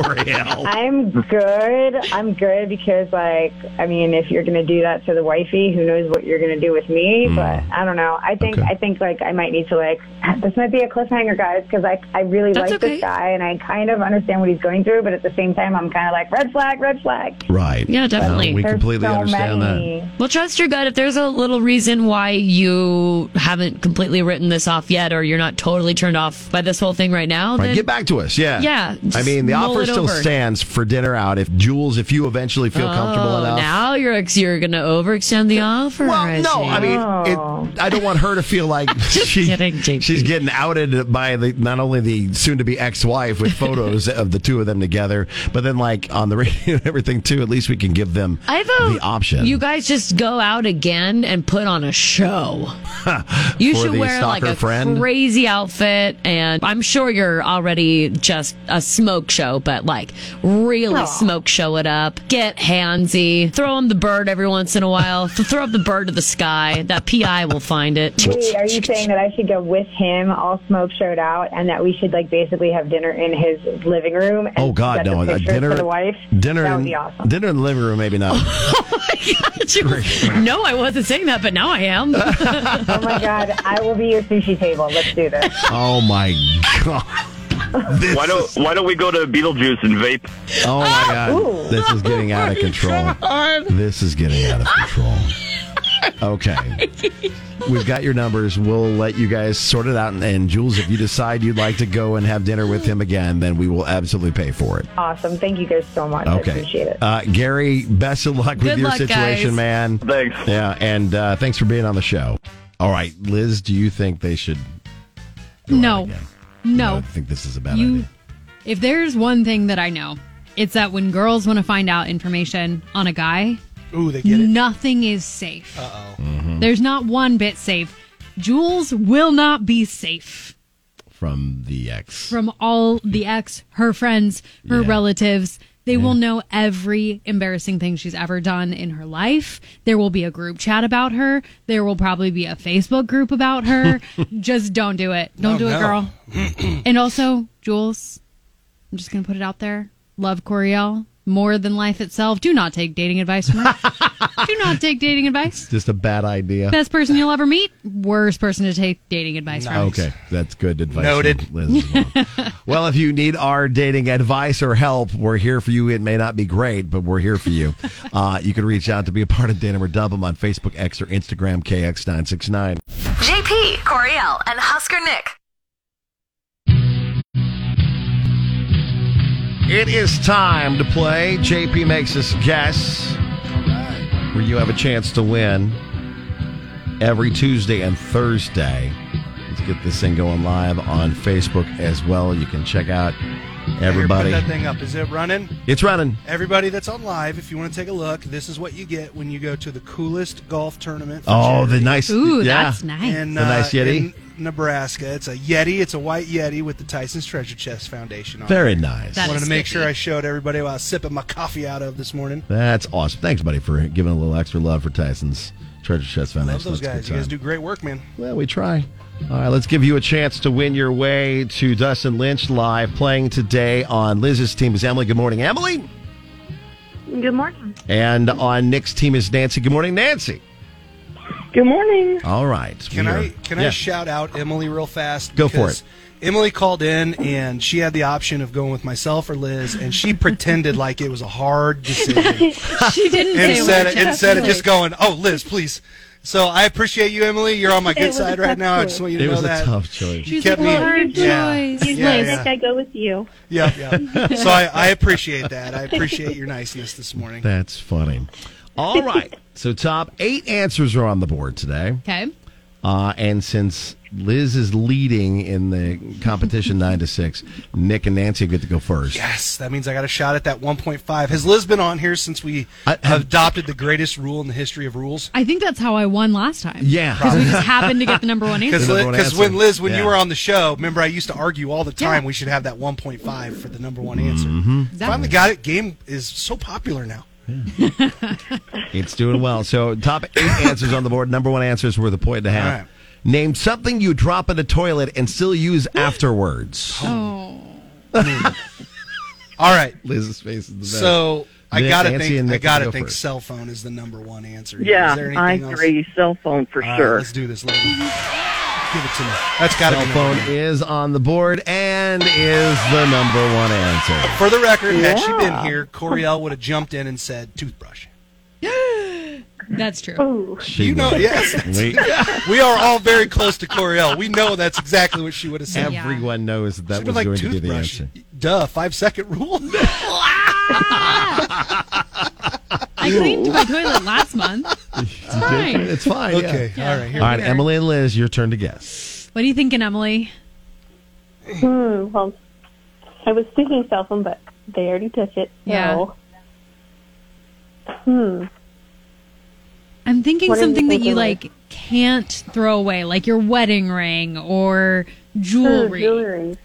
M: I'm good. I'm good because, like, I mean, if you're gonna do that to the wifey, who knows what you're gonna do with me?
G: Mm.
M: But I don't know. I think I think like I might need to like this might be a cliffhanger, guys, because I I really
N: That's
M: like
N: okay.
M: this guy and I kind of understand what he's going through, but at the same time, I'm kind of like red flag, red flag.
G: right.
N: Yeah,
G: No,
N: definitely.
G: Uh, we completely understand that.
N: Well, trust your gut. If there's a little reason why you haven't completely written this off yet, or you're not totally turned off by this whole thing right now,
G: Right,
N: then
G: get back to us. Yeah.
N: Yeah,
G: I
N: just
G: mean, the
N: mull
G: offer
N: it
G: still
N: over.
G: stands for dinner out. If Jules, if you eventually feel comfortable
N: Oh,
G: enough.
N: now you're ex- you're gonna overextend the offer. Well,
G: No, I mean, it, I don't want her to feel like she, she's getting outed by the not only the soon-to-be ex-wife with photos of the two of them together, but then like on the radio and everything too. At least we can give them
N: I vote
G: the option.
N: You guys just go out again and put on a show. You
G: For
N: should
G: the
N: wear like
G: stalker
N: a
G: friend?
N: crazy outfit, and I'm sure you're already just a smoke show, but like really smoke show it up. Get handsy. Throw him the bird every once in a while. Th- throw up the bird to the sky. That PI will find it.
M: Wait, are you saying that I should go with him, all smoke showed out, and that we should like basically have dinner in his living room? And
G: oh God,
M: set the
G: no! A
M: pictures
G: dinner,
M: for the wife.
G: dinner,
M: that would
G: in-
M: be awesome.
G: dinner in the living room, maybe not.
N: no, I wasn't saying that, but now I am.
M: oh my God, I will be your sushi table. Let's do this.
G: oh my God!
O: why don't Why don't we go to Beetlejuice and vape?
G: Oh
M: Ah,
G: my God! This is getting out of control. This is getting out of control. Okay. We've got your numbers. We'll let you guys sort it out. And, and Jules, if you decide you'd like to go and have dinner with him again, then we will absolutely pay for it.
M: Awesome. Thank you guys so much. I appreciate it.
G: Uh, Gary, best of luck with
M: Good
G: your
M: luck,
G: situation,
M: guys.
G: man. Thanks. Yeah, and uh, thanks for being on the show. All right, Liz, do you think they should?
H: No. No.
G: I think this is a bad
H: You-
G: idea.
H: If there's one thing that I know, it's that when girls want to find out information on a guy,
I: Ooh, they get it.
H: nothing is safe.
I: Uh oh.
H: There's not one bit safe. Jules will not be safe
G: From the ex.
H: from all the ex, her friends, her
G: Yeah.
H: relatives. They will know every embarrassing thing she's ever done in her life. There will be a group chat about her. There will probably be a Facebook group about her. just don't do it. Don't
I: No,
H: do it,
I: no.
H: girl. and also, Jules, I'm just going to put it out there. Love Coriel more than life itself. Do not take dating advice from her. do not take dating advice.
G: Just a bad idea.
H: Best person you'll ever meet, worst person to take dating advice from.
G: Okay, that's good advice.
I: Noted.
G: Liz. well, if you need our dating advice or help, we're here for you. It may not be great, but we're here for you. Uh, you can reach out to be a part of Datum or Dump 'Em on Facebook, X, or Instagram, KX969.
A: JP, Coriel, and Husker Nick.
G: It is time to play JP Makes Us Guess, where you have a chance to win every Tuesday and Thursday. Let's get this thing going live on Facebook as well. You can check out everybody.
I: Here, put that thing up. Is it running?
G: It's running.
I: Everybody that's on live, if you want to take a look, this is what you get when you go to the coolest golf tournament. for
G: Oh,
I: charity
G: the nice. yeah.
I: In,
G: the nice
I: uh,
G: Yeti.
I: in Nebraska. It's a Yeti. It's a white Yeti with the Tyson's Treasure Chest Foundation on
G: Very
I: it.
G: nice. That is
I: Wanted to make
G: spiffy.
I: sure I showed everybody what I was sipping my coffee out of this morning.
G: That's awesome. Thanks, buddy, for giving a little extra love for Tyson's Treasure Chest Foundation.
I: Love
G: That's a
I: those
G: good
I: guys. You guys
G: time.
I: do great work, man.
G: Well, we try. All right, let's give you a chance to win your way to Dustin Lynch live playing today on Liz's team is Emily. Good morning, Emily.
Q: Good morning.
G: And on Nick's team is Nancy. Good morning, Nancy.
Q: Good morning.
G: All right.
I: Can
G: we are-
I: I can I
G: Yeah.
I: shout out Emily real fast?
G: Go for
I: Because Emily called in and she had the option of going with myself or Liz, and she pretended like it was a hard decision.
H: she didn't
I: and
H: say
I: said
H: much.
I: it instead of just going, "Oh, Liz, please." So I appreciate you, Emily. You're on my
Q: It
I: good
Q: was a
I: side right
Q: tough
I: now. I
Q: choice.
I: just want you to
G: it
I: know
G: was
I: that.
G: a tough choice.
I: You kept me. yeah,
Q: Usually
I: yeah,
Q: I
I: yeah.
Q: think I go with you.
I: Yeah, yeah. So I, I appreciate that. I appreciate your niceness this morning.
G: That's funny. All right. So, top eight answers are on the board today.
H: Okay.
G: Uh, and since Liz is leading in the competition nine to six, Nick and Nancy get to go first.
I: Yes, that means I got a shot at that 1.5. Has Liz been on here since we have adopted the greatest rule in the history of rules?
H: I think that's how I won last time.
G: Yeah.
H: Because we just happened to get the number one
I: Because
H: answer.
I: when Liz, when you
G: Yeah.
I: were on the show, remember I used to argue all the time
H: Yeah.
I: we should have that 1.5 for the number one answer. Finally
G: Exactly.
I: got it. Game is so popular now.
G: It's doing well. So top eight answers on the board. Number one answers worth a point and a half.
I: All right.
G: Name something you drop in a toilet and still use afterwards.
I: Oh. All right.
G: Liz's face is the best.
I: So I
G: Nick,
I: gotta
G: Nancy, and
I: think. I
G: Nick
I: gotta
G: go
I: think.
G: first.
I: Cell phone is the number one answer. here.
R: Yeah,
I: Is there
R: I
I: anything else?
R: agree. Cell phone for
I: All right,
R: sure.
I: let's do this, lady. Give it to me. That's gotta
G: Cell
I: be number
G: phone is on the board and is the number one answer.
I: For the record, had she been
G: Yeah.
I: here, Coriel would have jumped in and said toothbrush.
H: That's true.
Q: Oh.
G: She
I: you know,
G: would.
I: yes.
G: We-
I: that's- we are all very close to Coriel. We know that's exactly what she would have said.
G: Everyone knows that, that
I: She'd be
G: was
I: like,
G: going to be the
I: "Toothbrush."
G: answer.
I: Duh, five second rule.
H: I cleaned my toilet last month. It's fine.
G: It's fine.
I: Okay,
G: yeah.
I: all right, here
G: all
I: we
G: right,
I: go.
G: Emily and Liz, your turn to guess.
H: What are you thinking, Emily?
Q: Hmm, well, I was thinking cell phone, but they already took it. So.
H: Yeah.
Q: Hmm.
H: I'm thinking
Q: What are you
H: something that you
Q: thinking, Liz?
H: like can't throw away, like your wedding ring or jewelry.
Q: jewelry.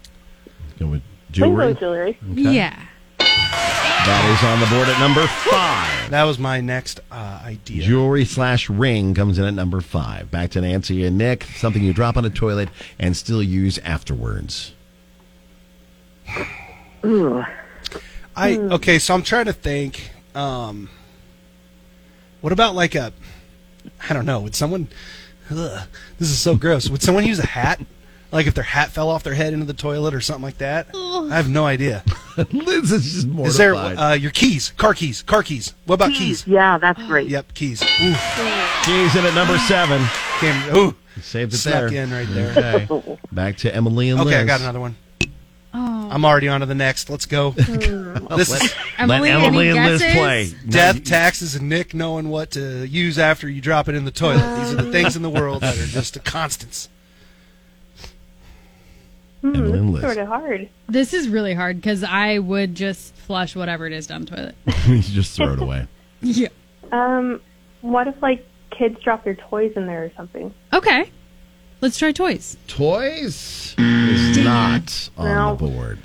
G: Go with
Q: Jewelry. jewelry.
G: jewelry.
I: Mm.
G: Okay.
H: Yeah.
G: That is on the board at number five.
I: That was my next uh, idea.
G: Jewelry slash ring comes in at number five. Back to Nancy and Nick. Something you drop on a toilet and still use afterwards.
I: Ooh. I okay, so I'm trying to think. Um, what about like a? I don't know. Would someone? Ugh, this is so gross. Would someone use a hat? Like if their hat fell off their head into the toilet or something like that? I have no idea.
G: Liz is just mortified.
I: Is there uh, your keys? Car keys? Car keys? What about keys?
R: Yeah,
H: Oh,
R: that's great.
I: Yep, keys.
G: Keys in at number seven.
I: Came, ooh,
G: Saved it
I: Snuck
G: there. Mm-hmm.
I: in right there.
G: Okay. Back to Emily and Liz.
I: Okay, I got another one. I'm already on to the next. Let's go. this
G: Let-
I: is
G: let Emily, Emily any and Liz guesses? play.
I: Death, taxes, and Nick knowing what to use after you drop it in the toilet. These are the things in the world that are just the constants.
G: Emily and Liz.
Q: Sort of hard.
H: This is really hard because I would just flush whatever it is down the toilet.
G: you just throw it away.
H: Yeah.
Q: Um, what if like kids drop their toys in there or something?
H: Okay. Let's try toys.
G: Toys is not on
Q: No.
G: the board.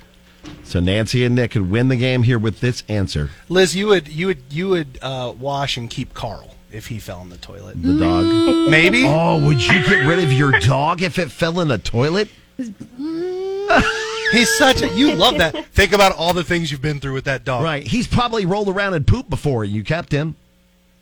G: So Nancy and Nick could win the game here with this answer.
I: Liz, you would you would you would uh, wash and keep Carl if he fell in the toilet.
G: The dog.
I: Maybe.
G: Oh, would you get rid of your dog if it fell in a toilet?
I: He's such a you love that. Think about all the things you've been through with that dog.
G: Right. He's probably rolled around and pooped before and you kept him.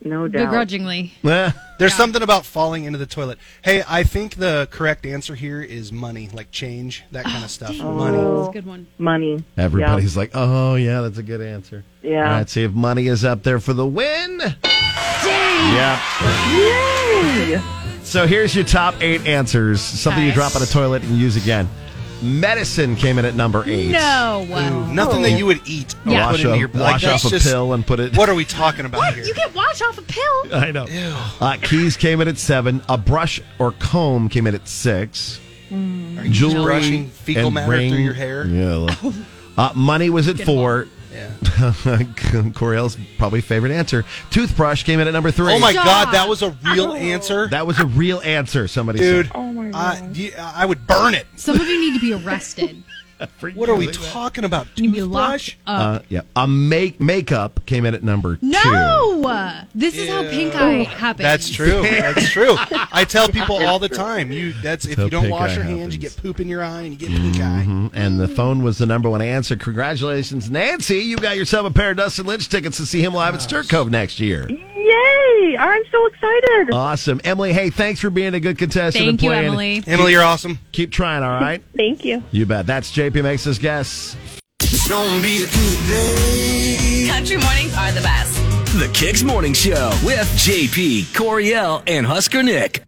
R: No
H: Begrudgingly.
G: Eh.
I: There's something about falling into the toilet. Hey, I think the correct answer here is money, like change, that kind of stuff. Money.
H: Good one.
R: Money.
G: Everybody's like, oh, yeah, that's a good answer.
R: Yeah.
G: All right, see if money is up there for the win. Yep.
R: Yay!
G: So here's your top eight answers. Something you drop on a toilet and use again. Medicine came in at number eight.
H: No.
I: Nothing that you would eat or
G: Yeah.
I: put
G: Wash,
I: into
G: off-
I: your like,
G: wash
I: that's
G: off a
I: just-
G: pill and put it.
I: What are we talking about here?
H: You can wash off a pill.
G: I know. Uh, keys came in at seven. A brush or comb came in at six.
I: Are you just brushing fecal
G: and
I: matter
G: ring-
I: through your hair?
G: Yeah. look. Uh, money was at
I: Good
G: four.
I: Yeah.
G: Coriel's probably favorite answer. Toothbrush came in at number three.
I: Oh my god, that was a real answer,
G: That was a real answer. Somebody
I: dude.
G: said.
I: Oh my god, I would burn it.
H: Some of you need to be arrested.
I: What are we talking about?
H: You need to be locked up.
G: Uh, yeah. A make makeup came in at number two.
H: no. This is how pink eye happens.
I: That's true. That's true. I tell people all the time. You that's if
G: So
I: you don't
G: pink
I: wash
G: eye
I: your hands, you get poop in your eye and you get pink eye.
G: Mhm. And the phone was the number one answer. Congratulations, Nancy! You got yourself a pair of Dustin Lynch tickets to see him live at Stir Cove next year.
R: Yay! I'm so excited.
G: Awesome, Emily. Hey, thanks for being a good contestant. and
R: Thank you,
G: playing.
R: Emily.
I: Emily, you're awesome.
G: Keep trying. All right.
R: Thank you.
G: You bet. That's JP makes his guess.
A: Country mornings are the best.
F: The Kicks Morning Show with JP, Coriel, and Husker Nick.